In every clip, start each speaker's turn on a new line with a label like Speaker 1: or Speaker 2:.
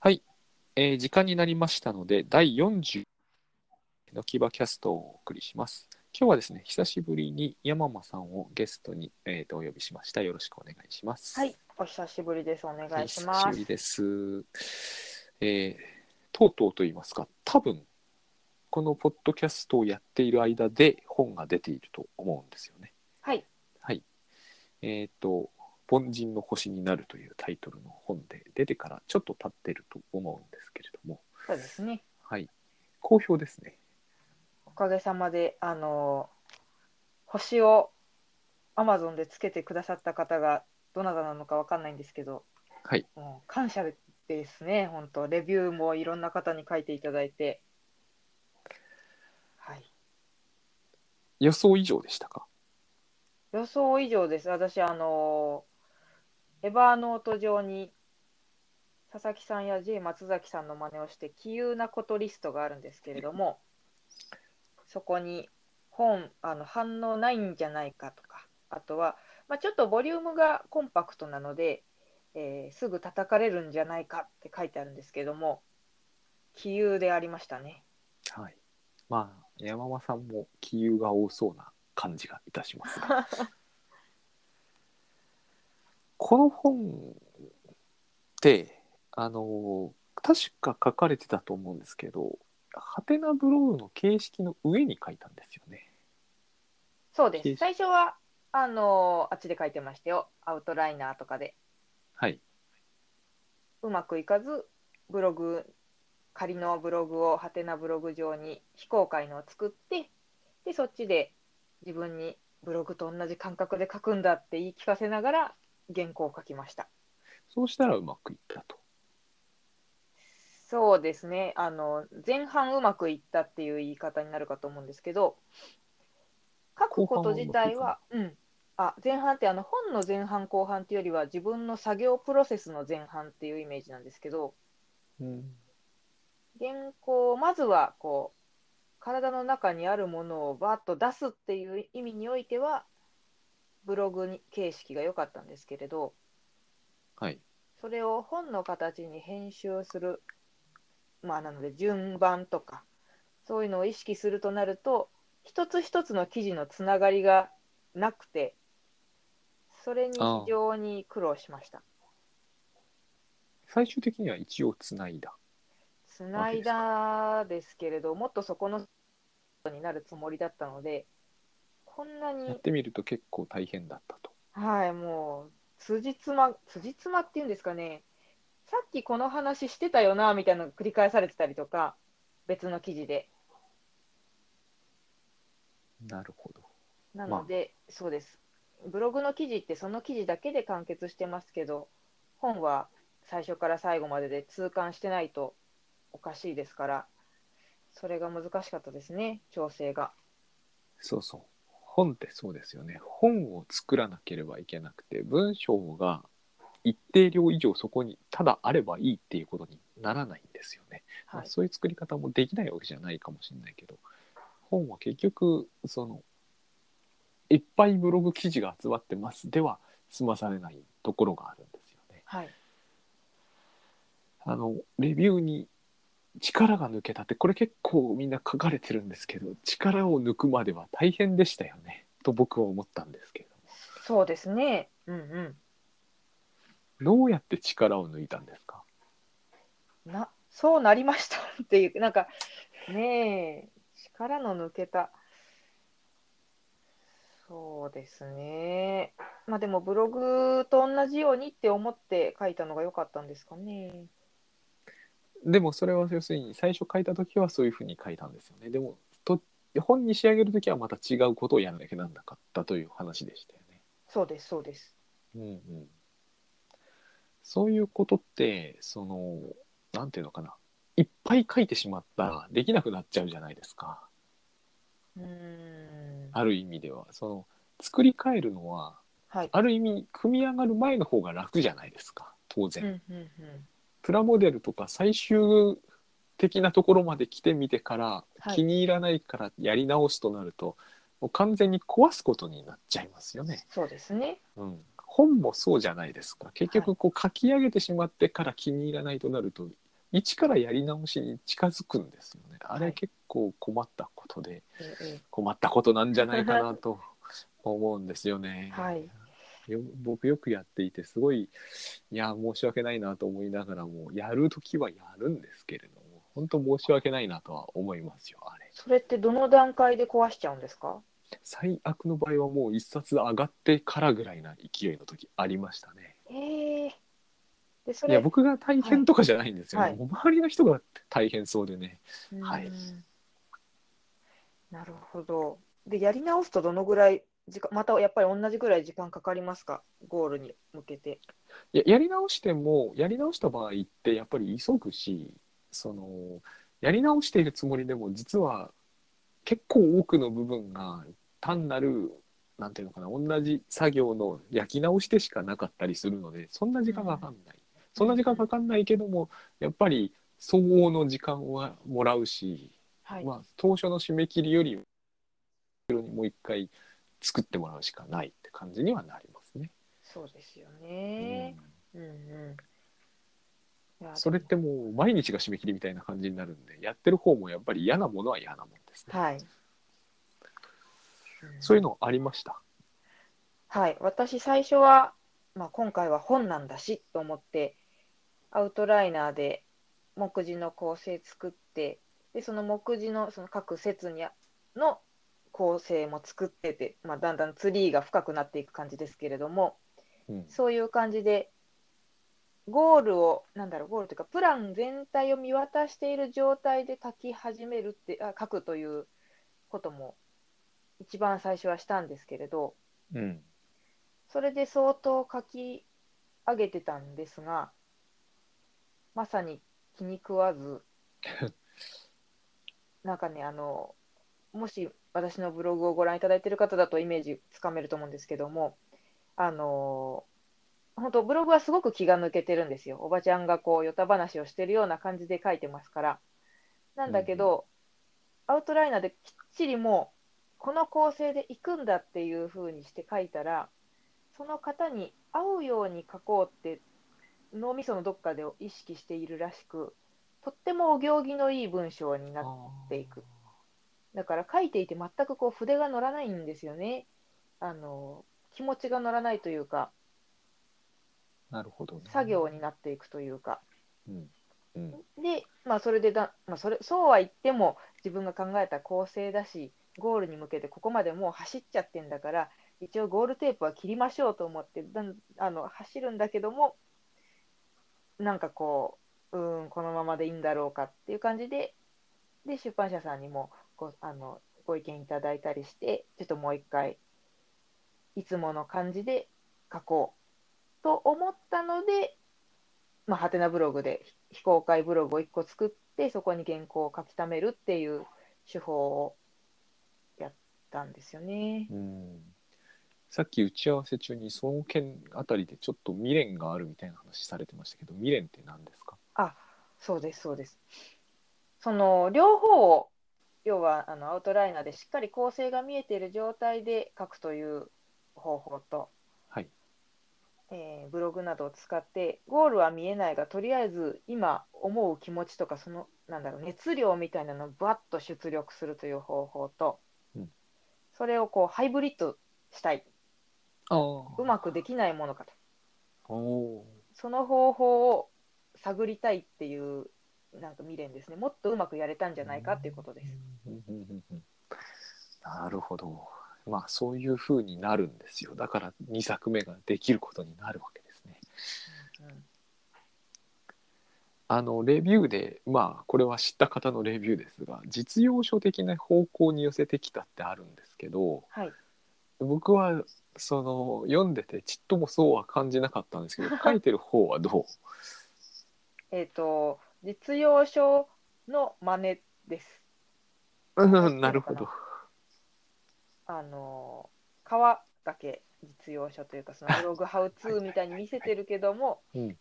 Speaker 1: はい、えー時間になりましたので、第40のきばキャストをお送りします。今日はですね、久しぶりに山間さんをゲストに、えー、とお呼びしました。よろしくお願いします。
Speaker 2: はい、お久しぶりです。お願
Speaker 1: はい
Speaker 2: いしま
Speaker 1: 久しぶ
Speaker 2: す
Speaker 1: り。です。えーとうとうと言いますか、多分このポッドキャストをやっている間で本が出ていると思うんですよね。
Speaker 2: はい、
Speaker 1: はい。えっ、と、凡人の星になるというタイトルの本で、出てからちょっと経ってると思うんですけれども、
Speaker 2: そうですね。
Speaker 1: はい。好評ですね。
Speaker 2: おかげさまで、あのー星を Amazon でつけてくださった方がどなたなのかわかんないんですけど、
Speaker 1: はい。
Speaker 2: もう感謝ですね。本当レビューもいろんな方に書いていただいて、はい、
Speaker 1: 予想以上でしたか。
Speaker 2: 予想以上です。私あのーエバーノート上に佐々木さんや J 松崎さんの真似をして奇遇なことリストがあるんですけれどもそこに本あの反応ないんじゃないかとかあとは、まあ、ちょっとボリュームがコンパクトなので、えーすぐ叩かれるんじゃないかって書いてあるんですけども奇遇でありましたね。
Speaker 1: はい。まあ、山間さんも気憂が多そうな感じがいたします が。この本って、あの、確か書かれてたと思うんですけど、ハテナブログの形式の上に書いたんですよね。
Speaker 2: そうで
Speaker 1: 奇遇
Speaker 2: す最初はあのーあっちで書いてましたよアウトライナーとかで。
Speaker 1: はい。
Speaker 2: うまくいかずブログ仮のブログをハテナブログ上に非公開のを作ってでそっちで自分にブログと同じ感覚で書くんだって言い聞かせながら原稿を書きました
Speaker 1: そうしたらうまくいったと。
Speaker 2: そうですねあの前半うまくいったっていう言い方になるかと思うんですけど書くこと自体はうん、あ前半ってあの本の前半後半っていうよりは自分の作業プロセスの前半っていうイメージなんですけど、
Speaker 1: うん。
Speaker 2: 原稿をまずはこう体の中にあるものをバーッと出すっていう意味においてはブログに形式が良かったんですけれど
Speaker 1: はい。
Speaker 2: それを本の形に編集するまあなので順番とかそういうのを意識するとなると一つ一つの記事のつながりがなくてそれに非常に苦労しました。
Speaker 1: 最終的には一応つないだ。
Speaker 2: つないだですけれどもっとそこのになるつもりだったのでこんな
Speaker 1: や
Speaker 2: に
Speaker 1: っ、てみると結構大変だったと。
Speaker 2: はい、もう辻褄辻褄っていうんですかねさっきこの話してたよなみたいなのが繰り返されてたりとか別の記事で
Speaker 1: なるほど。
Speaker 2: なので、そうですブログの記事ってその記事だけで完結してますけど本は最初から最後までで痛感してないとおかしいですからそれが難しかったですね調整が。
Speaker 1: そうそう。本ってそうですよね。本を作らなければいけなくて、文章が一定量以上そこにただあればいいっていうことにならないんですよね。ま
Speaker 2: は
Speaker 1: あ
Speaker 2: い、
Speaker 1: そういう作り方もできないわけじゃないかもしれないけど、本は結局、その、いっぱいブログ記事が集まってますでは済まされないところがあるんですよね。
Speaker 2: はい
Speaker 1: あの、レビューに力が抜けたって、これ結構みんな書かれてるんですけど、力を抜くまでは大変でしたよね、と僕は思ったんですけれども。
Speaker 2: そうですね。うんう
Speaker 1: どうやって力を抜いたんですか
Speaker 2: ん。な、そうなりましたっていう、なんか、ねえ、力の抜けた。そうですね。まあでも、ブログと同じようにって思って書いたのが良かったんですかね。
Speaker 1: でもそれは要するに最初書いた時はそういうふうに書いたんですよねでもと本に仕上げる時はまた違うことをやらなきゃなんなかったという話でしたよね。
Speaker 2: そうです、そうです。
Speaker 1: うんうん、そういうことってそのなんていうのかないっぱい書いてしまったらできなくなっちゃうじゃないですか
Speaker 2: うーん。
Speaker 1: ある意味ではその作り変えるのは
Speaker 2: はい。
Speaker 1: ある意味組み上がる前の方が楽じゃないですか当
Speaker 2: う
Speaker 1: 然
Speaker 2: ん、。うん、うん。
Speaker 1: プラモデルとか最終的なところまで来てみてから、
Speaker 2: はい
Speaker 1: 気に入らないからやり直すとなるともう完全に壊すことになっちゃいますよね。
Speaker 2: そうですね。
Speaker 1: うん、本もそうじゃないですか結局こう書き上げてしまってから気に入らないとなると、一からやり直しに近づくんですよね。あ
Speaker 2: は
Speaker 1: れ
Speaker 2: い
Speaker 1: 結構困ったことで、
Speaker 2: ええ
Speaker 1: 困ったことなんじゃないかなと思うんですよね。
Speaker 2: はい
Speaker 1: よ僕よくやっていてすごいいや申し訳ないなと思いながらもやるときはやるんですけれども本当申し訳ないなとは思いますよあれ
Speaker 2: それってどの段階で壊しちゃうんですか
Speaker 1: 最悪の場合はもう一冊上がってからぐらいな勢いの時ありましたね
Speaker 2: ええでそ
Speaker 1: い
Speaker 2: れ
Speaker 1: や僕が大変とかじゃないんですよね、
Speaker 2: はい
Speaker 1: もう周りの人が大変そうでね
Speaker 2: うん
Speaker 1: はい
Speaker 2: なるほどでやり直すとどのぐらい時間またやっぱり同じぐらい時間かかりますかゴールに向けて
Speaker 1: いややり直してもやり直した場合ってやっぱり急ぐしそのやり直しているつもりでも実は結構多くの部分が単なるなんていうのかな同じ作業の焼き直してしかなかったりするのでそんな時間がかかんない、そんな時間かかんないけどもやっぱり相応の時間はもらうし、
Speaker 2: はい、
Speaker 1: まあ、当初の締め切りよりももう一回作ってもらうしかないって感じにはなりますね。
Speaker 2: そうですよね、
Speaker 1: うん
Speaker 2: うん、うんいや
Speaker 1: それっ
Speaker 2: で
Speaker 1: てもう毎日が締め切りみたいな感じになるんでやってる方もやっぱり嫌なものは嫌なもんですね、
Speaker 2: もはい、
Speaker 1: そういうのありました
Speaker 2: はい、私最初は、まあ、今回は本なんだしと思ってアウトライナーで目次の構成作ってでその目次のその各節にあの構成も作ってて、まあ、だんだんツリーが深くなっていく感じですけれども
Speaker 1: うん
Speaker 2: そういう感じでゴールをなんだろうゴールというかプラン全体を見渡している状態で書き始めるってあ書くということも一番最初はしたんですけれど、
Speaker 1: うん
Speaker 2: それで相当書き上げてたんですが、まさに気に食わず、なんかね、あの、もし私のブログをご覧いただいている方だとイメージつかめると思うんですけども、あの、本当ブログはすごく気が抜けてるんですよ。おばちゃんがこう、ヨタ話をしてるような感じで書いてますから。なんだけど、アウトライナーできっちりもう、この構成で行くんだっていう風にして書いたら、その方に合うように書こうって脳みそのどっかで意識しているらしくとってもお行儀のいい文章になっっていくだから書いていて全くこう筆が乗らないんですよねあの気持ちが乗らないというか
Speaker 1: なるほど、ね、
Speaker 2: 作業になっていくというか
Speaker 1: うんうん
Speaker 2: で、まあ、それでだ、まあ、それそうは言っても自分が考えた構成だしゴールに向けてここまでもう走っちゃってんだから一応ゴールテープは切りましょうと思ってだんあの走るんだけどもなんかこううーんこのままでいいんだろうかっていう感じでで出版社さんにもごあのご意見いただいたりしてちょっともう一回いつもの感じで書こうと思ったのでまあ、ハテナブログで非公開ブログを1個作ってそこに原稿を書き溜めるっていう手法をやったんですよね。
Speaker 1: うんさっき打ち合わせ中にその件あたりでちょっと未練があるみたいな話されてましたけど未練って何ですか
Speaker 2: あそうですそうです。その両方を要はあのアウトライナーでしっかり構成が見えている状態で書くという方法と、
Speaker 1: はい
Speaker 2: えーブログなどを使ってゴールは見えないがとりあえず今思う気持ちとかそのなんだろう熱量みたいなのをバッと出力するという方法と、
Speaker 1: うん
Speaker 2: それをこうハイブリッドしたい
Speaker 1: ああ
Speaker 2: うまくできないものかと
Speaker 1: おー
Speaker 2: その方法を探りたいっていうなんか未練ですねもっとうまくやれたんじゃないかっていうことです。
Speaker 1: うんうんうんうんなるほどまあそういうふうになるんですよだから2作目ができることになるわけですね
Speaker 2: うん
Speaker 1: あのレビューでまあこれは知った方のレビューですが実用書的な方向に寄せてきたってあるんですけど
Speaker 2: はい、
Speaker 1: 僕はその読んでてちっともそうは感じなかったんですけど書いてる方はど
Speaker 2: えっ、と実用書の真似です。
Speaker 1: う うんなるほど
Speaker 2: あの川だけ実用書というかそのブログハウツーみたいに見せてるけども、
Speaker 1: うん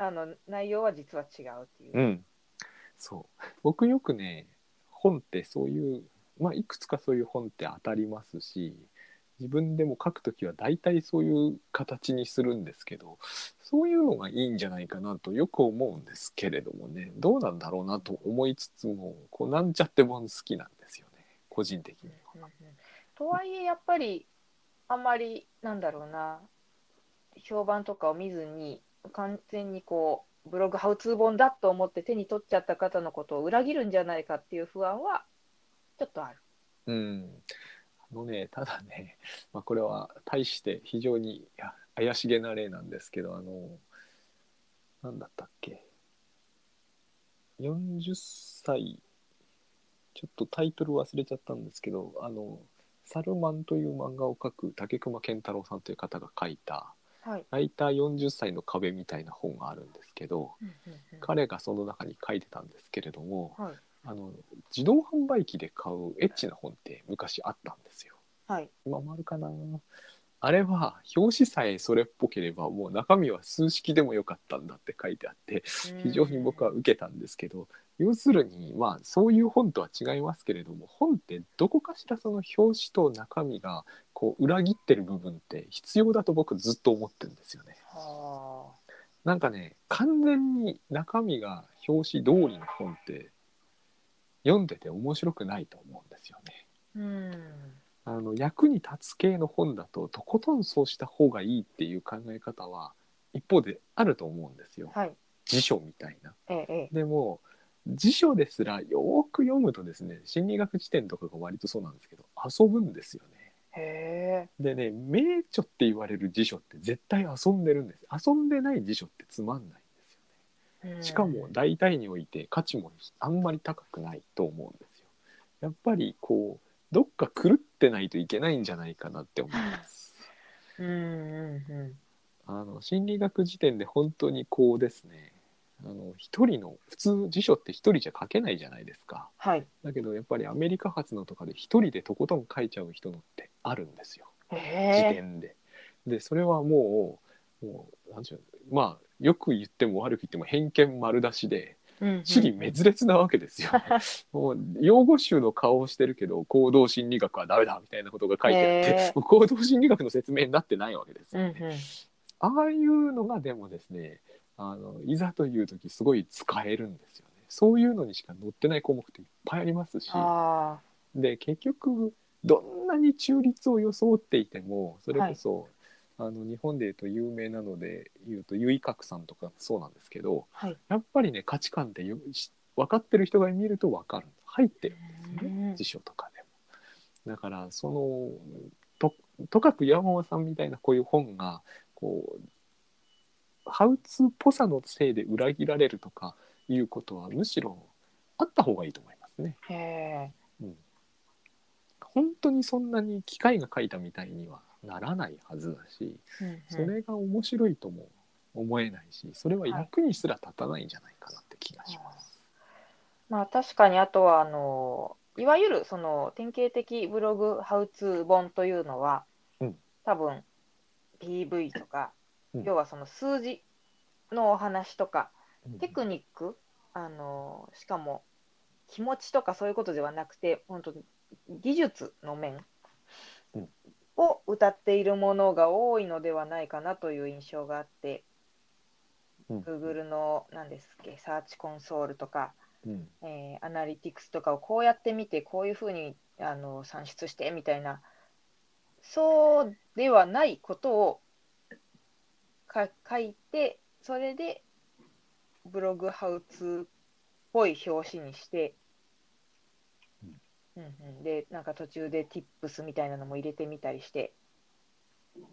Speaker 2: あの内容は実は違うっていう。
Speaker 1: うんそう僕よくね本ってそういうまあいくつかそういう本って当たりますし自分でも書くときは大体そういう形にするんですけどそういうのがいいんじゃないかなとよく思うんですけれどもねどうなんだろうなと思いつつもこうなんちゃって本好きなんですよね個人的には。
Speaker 2: うんうんとはいえやっぱりあんまりなんだろうな評判とかを見ずに完全にこうブログハウツー本だと思って手に取っちゃった方のことを裏切るんじゃないかっていう不安はちょっとある。
Speaker 1: うん、あのね ただね、まあ、これは対して非常にいや怪しげな例なんですけどあのなんだったっけ40歳ちょっとタイトル忘れちゃったんですけど「あのサルマン」という漫画を描く竹熊健太郎さんという方が書いた
Speaker 2: はい
Speaker 1: 「ライター40歳の壁」みたいな本があるんですけど彼がその中に書いてたんですけれども、
Speaker 2: はい
Speaker 1: あの自動販売機で買うエッチな本って昔あったんですよ。
Speaker 2: はい
Speaker 1: 今もあるかなあれは表紙さえそれっぽければもう中身は数式でもよかったんだって書いてあって非常に僕は受けたんですけど、要するにまあそういう本とは違いますけれども本ってどこかしらその表紙と中身がこう裏切ってる部分って必要だと僕ずっと思ってるんですよね。
Speaker 2: は
Speaker 1: なんかね完全に中身が表紙通りの本って読んでて面白くないと思うんですよね。
Speaker 2: あうん
Speaker 1: あの役に立つ系の本だととことんそうした方がいいっていう考え方は一方であると思うんですよ
Speaker 2: はい
Speaker 1: 辞書みたいな。
Speaker 2: ええええ
Speaker 1: でも辞書ですらよーく読むとですね心理学辞典とかが割とそうなんですけど遊ぶんですよね。
Speaker 2: へえ
Speaker 1: でね名著って言われる辞書って絶対遊んでるんです遊んでない辞書ってつまんないんですよね。
Speaker 2: うん
Speaker 1: しかも大体において価値もあんまり高くないと思うんですよ。やっぱりこうどっか狂ってないといけないんじゃないかなって思い ます。
Speaker 2: うんうんうん
Speaker 1: あの心理学辞典で本当にこうですね。あの一人の普通辞書って一人じゃ書けないじゃないですか。
Speaker 2: はい
Speaker 1: だけどやっぱりアメリカ発のとかで一人でとことん書いちゃう人のってあるんですよ。
Speaker 2: へ
Speaker 1: 時
Speaker 2: え
Speaker 1: 点で。でそれはもうもうなんていうのまあよく言っても悪く言っても偏見丸出しで地理滅裂なわけです よ、ね。もう用語集の顔をしてるけど行動心理学はダメだみたいなことが書いてあって
Speaker 2: へ、ー
Speaker 1: もう行動心理学の説明になってないわけです
Speaker 2: う
Speaker 1: よ
Speaker 2: ん
Speaker 1: ね。ああいうのがでもですねあのいざという時すごい使えるんですよね。そういうのにしか載ってない項目っていっぱいありますし。
Speaker 2: あ
Speaker 1: で結局どんなに中立を装っていてもそれこそ、あの日本でいうと有名なので言うと結角さんとかそうなんですけど
Speaker 2: あはい
Speaker 1: やっぱりね価値観ってよし分かってる人が見ると分かる入ってる
Speaker 2: うん
Speaker 1: 辞書とかでも。だからそのととかく山本さんみたいなこういう本がこうハウツーっぽさのせいで裏切られるとかいうことはむしろあった方がいいと思いますね。
Speaker 2: へえ
Speaker 1: 本当にそんなに機械が書いたみたいにはならないはずだしそれが面白いとも思えないしそれは役にすら立たないんじゃないかなって気がします。
Speaker 2: まあ確かにあとはあのいわゆるその典型的ブログハウツー本というのは、
Speaker 1: うん
Speaker 2: 多分 PV とか、
Speaker 1: うん
Speaker 2: 要はその数字のお話とか、
Speaker 1: うん
Speaker 2: テクニックあのしかも気持ちとかそういうことではなくて本当に技術の面
Speaker 1: うん
Speaker 2: を歌っているものが多いのではないかなという印象があって、
Speaker 1: うん
Speaker 2: Google の何ですっけサーチコンソールとか
Speaker 1: うん
Speaker 2: えーアナリティクスとかをこうやって見てこういうふうにあの算出してみたいなそうではないことをか書いてそれでブログハウツーっぽい表紙にして、うんうん、でなんか途中で Tips みたいなのも入れてみたりして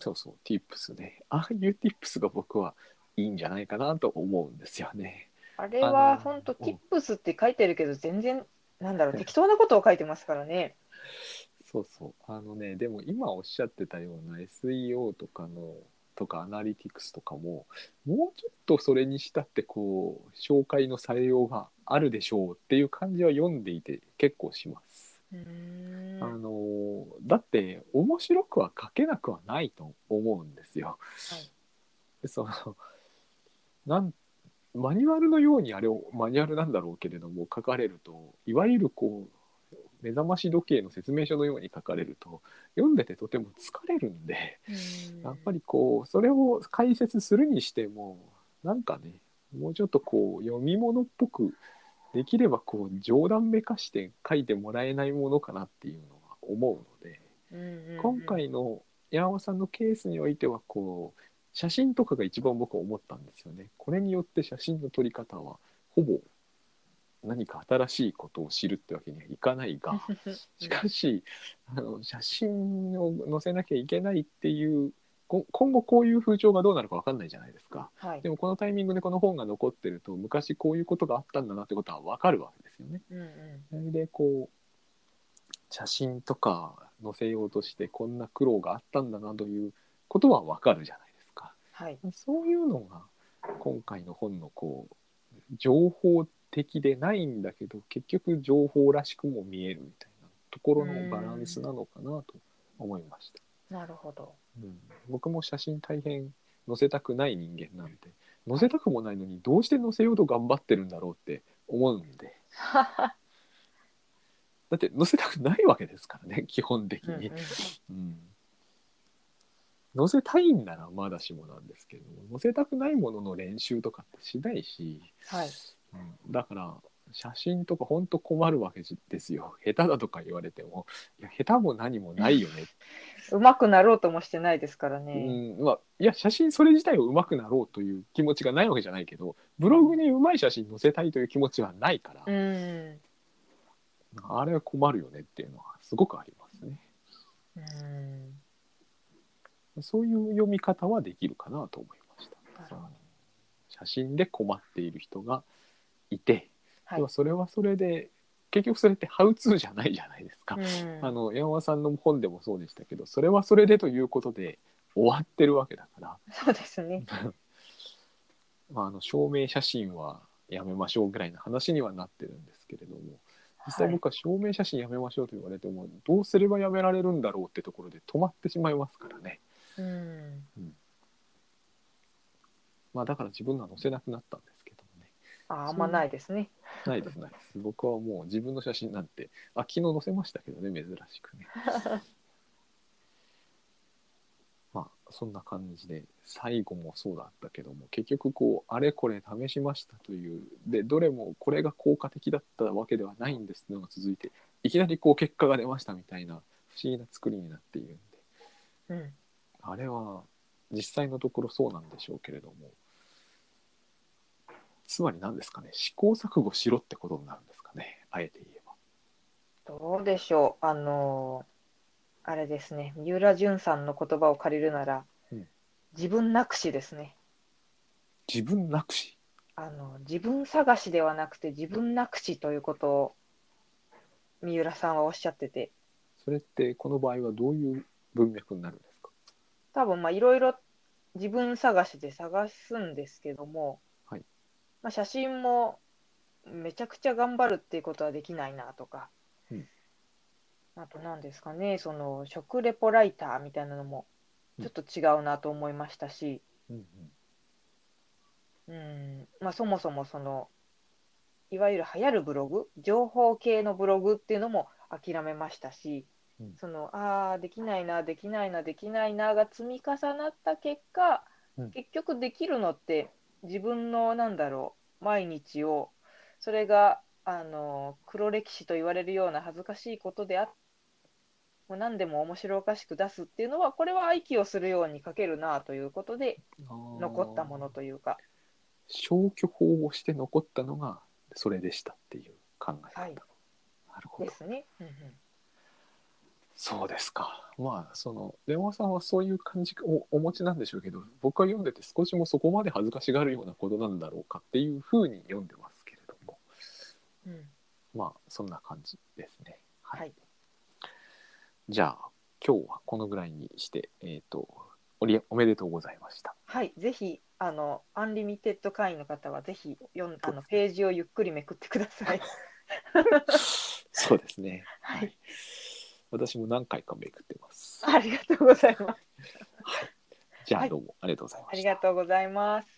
Speaker 1: そうそう Tips ねああいう Tips が僕はいいんじゃないかなと思うんですよね。
Speaker 2: あれ
Speaker 1: あ
Speaker 2: は
Speaker 1: の
Speaker 2: 本当
Speaker 1: うん
Speaker 2: Tips って書いてるけど全然なんだろう適当なことを書いてますからね。
Speaker 1: そうそうあのねでも今おっしゃってたような SEO とかのとかアナリティクスとかももうちょっとそれにしたってこう紹介の採用があるでしょうっていう感じは読んでいて結構します。
Speaker 2: うーん
Speaker 1: あのだって面白くは書けなくはないと思うんですよ。そのなんマニュアルのようにあれをマニュアルなんだろうけれども書かれるといわゆるこう目覚まし時計の説明書のように書かれると読んでてとても疲れるんでやっぱりこうそれを解説するにしてもなんかねもうちょっとこう読み物っぽくできればこう冗談めかして書いてもらえないものかなっていうのは思うので今回の山本さんのケースにおいてはこう写真とかが一番僕は思ったんですよね。これによって写真の撮り方はほぼ何か新しいことを知るってわけにはいかない がしかしあの写真を載せなきゃいけないっていうこ今後こういう風潮がどうなるかわかんないじゃないですか。
Speaker 2: はい
Speaker 1: でもこのタイミングでこの本が残ってると昔こういうことがあったんだなってことはわかるわけですよね。
Speaker 2: うんうん
Speaker 1: それでこう写真とか載せようとしてこんな苦労があったんだなということはわかるじゃないですか。
Speaker 2: はい
Speaker 1: そういうのが今回の本のこう情報的でないんだけど結局情報らしくも見えるみたいなところのバランスなのかなと思いました。
Speaker 2: なるほど。
Speaker 1: うん、僕も写真大変載せたくない人間なんで載せたくもないのにどうして載せようと頑張ってるんだろうって思うん でだって載せたくないわけですからね基本的
Speaker 2: うんうん
Speaker 1: に、うん載せたいんならまだしもなんですけど載せたくないものの練習とかってしないし、
Speaker 2: はい
Speaker 1: うんだから写真とかほんと困るわけですよ下手だとか言われてもいや下手も何もないよね
Speaker 2: うまくなろうともしてないですからね。
Speaker 1: うんまあ、いや写真それ自体を上手くなろうという気持ちがないわけじゃないけどブログに上手い写真載せたいという気持ちはないから、
Speaker 2: うん。
Speaker 1: あれは困るよねっていうのはすごくありますね
Speaker 2: うん。
Speaker 1: そういう読み方はできるかなと思いました
Speaker 2: なるほど
Speaker 1: 写真で困っている人がいて、
Speaker 2: はい
Speaker 1: でもそれはそれで結局それってハウツーじゃないじゃないですか、
Speaker 2: うん
Speaker 1: あの山和さんの本でもそうでしたけどそれはそれでということで終わってるわけだから
Speaker 2: そうですね。
Speaker 1: まあ、あの証明写真はやめましょうぐらいの話にはなってるんですけれども実際僕は証明写真やめましょうと言われても、どうすればやめられるんだろうってところで止まってしまいますからね、
Speaker 2: うん。
Speaker 1: まあ、だから自分のは載せなくなったんですけどもね
Speaker 2: ああんまないですね。
Speaker 1: ないですないです僕はもう自分の写真なんてあ昨日載せましたけどね珍しくねまあそんな感じで最後もそうだったけども結局こうあれこれ試しましたというでどれもこれが効果的だったわけではないんですのが続いていきなりこう結果が出ましたみたいな不思議な作りになっているんで
Speaker 2: うん。
Speaker 1: あれは実際のところそうなんでしょうけれどもつまり何ですかね試行錯誤しろってことになるんですかねあえて言えば
Speaker 2: どうでしょう。あのーあれですね。三浦淳さんの言葉を借りるなら、
Speaker 1: うん
Speaker 2: 自分なくしですね。
Speaker 1: 自分なくし
Speaker 2: あの自分探しではなくて自分なくしということを三浦さんはおっしゃってて
Speaker 1: それってこの場合はどういう文脈になるんですか
Speaker 2: 多分まあいろいろ自分探しで探すんですけども、
Speaker 1: はい
Speaker 2: まあ、写真もめちゃくちゃ頑張るっていうことはできないなとか、
Speaker 1: うん
Speaker 2: あと何ですかねその食レポライターみたいなのもちょっと違うなと思いましたし、
Speaker 1: うん
Speaker 2: うんまあ、そもそもそのいわゆる流行るブログ情報系のブログっていうのも諦めましたし、
Speaker 1: うん
Speaker 2: そのああできないなできないなできないなが積み重なった結果、
Speaker 1: うん
Speaker 2: 結局できるのって自分のなんだろう毎日をそれがあの黒歴史と言われるような恥ずかしいことであっもう何でも面白おかしく出すっていうのはこれは息をするように書けるなということで
Speaker 1: うん
Speaker 2: 残ったものというか
Speaker 1: 消去法をして残ったのがそれでしたっていう考え方、
Speaker 2: はい
Speaker 1: なるほ
Speaker 2: で
Speaker 1: ど
Speaker 2: すね。うんうん
Speaker 1: そうですかまあそのレオンさんはそういう感じをお持ちなんでしょうけど僕は読んでて少しもそこまで恥ずかしがるようなことなんだろうかっていうふうに読んでますけれども
Speaker 2: うん
Speaker 1: まあそんな感じですね。はい。
Speaker 2: はい
Speaker 1: じゃあ今日はこのぐらいにしてえっ、とおりおめでとうございました。
Speaker 2: はい、ぜひあのアンリミテッド会員の方はぜひ読んあのページをゆっくりめくってくださ い。
Speaker 1: そうですね。
Speaker 2: はい
Speaker 1: はい。私も何回かめくってます。
Speaker 2: ありがとうございます。
Speaker 1: じゃ
Speaker 2: は
Speaker 1: あ
Speaker 2: い
Speaker 1: どうもありがとうございま
Speaker 2: あ
Speaker 1: し
Speaker 2: り
Speaker 1: た
Speaker 2: が。とうございます。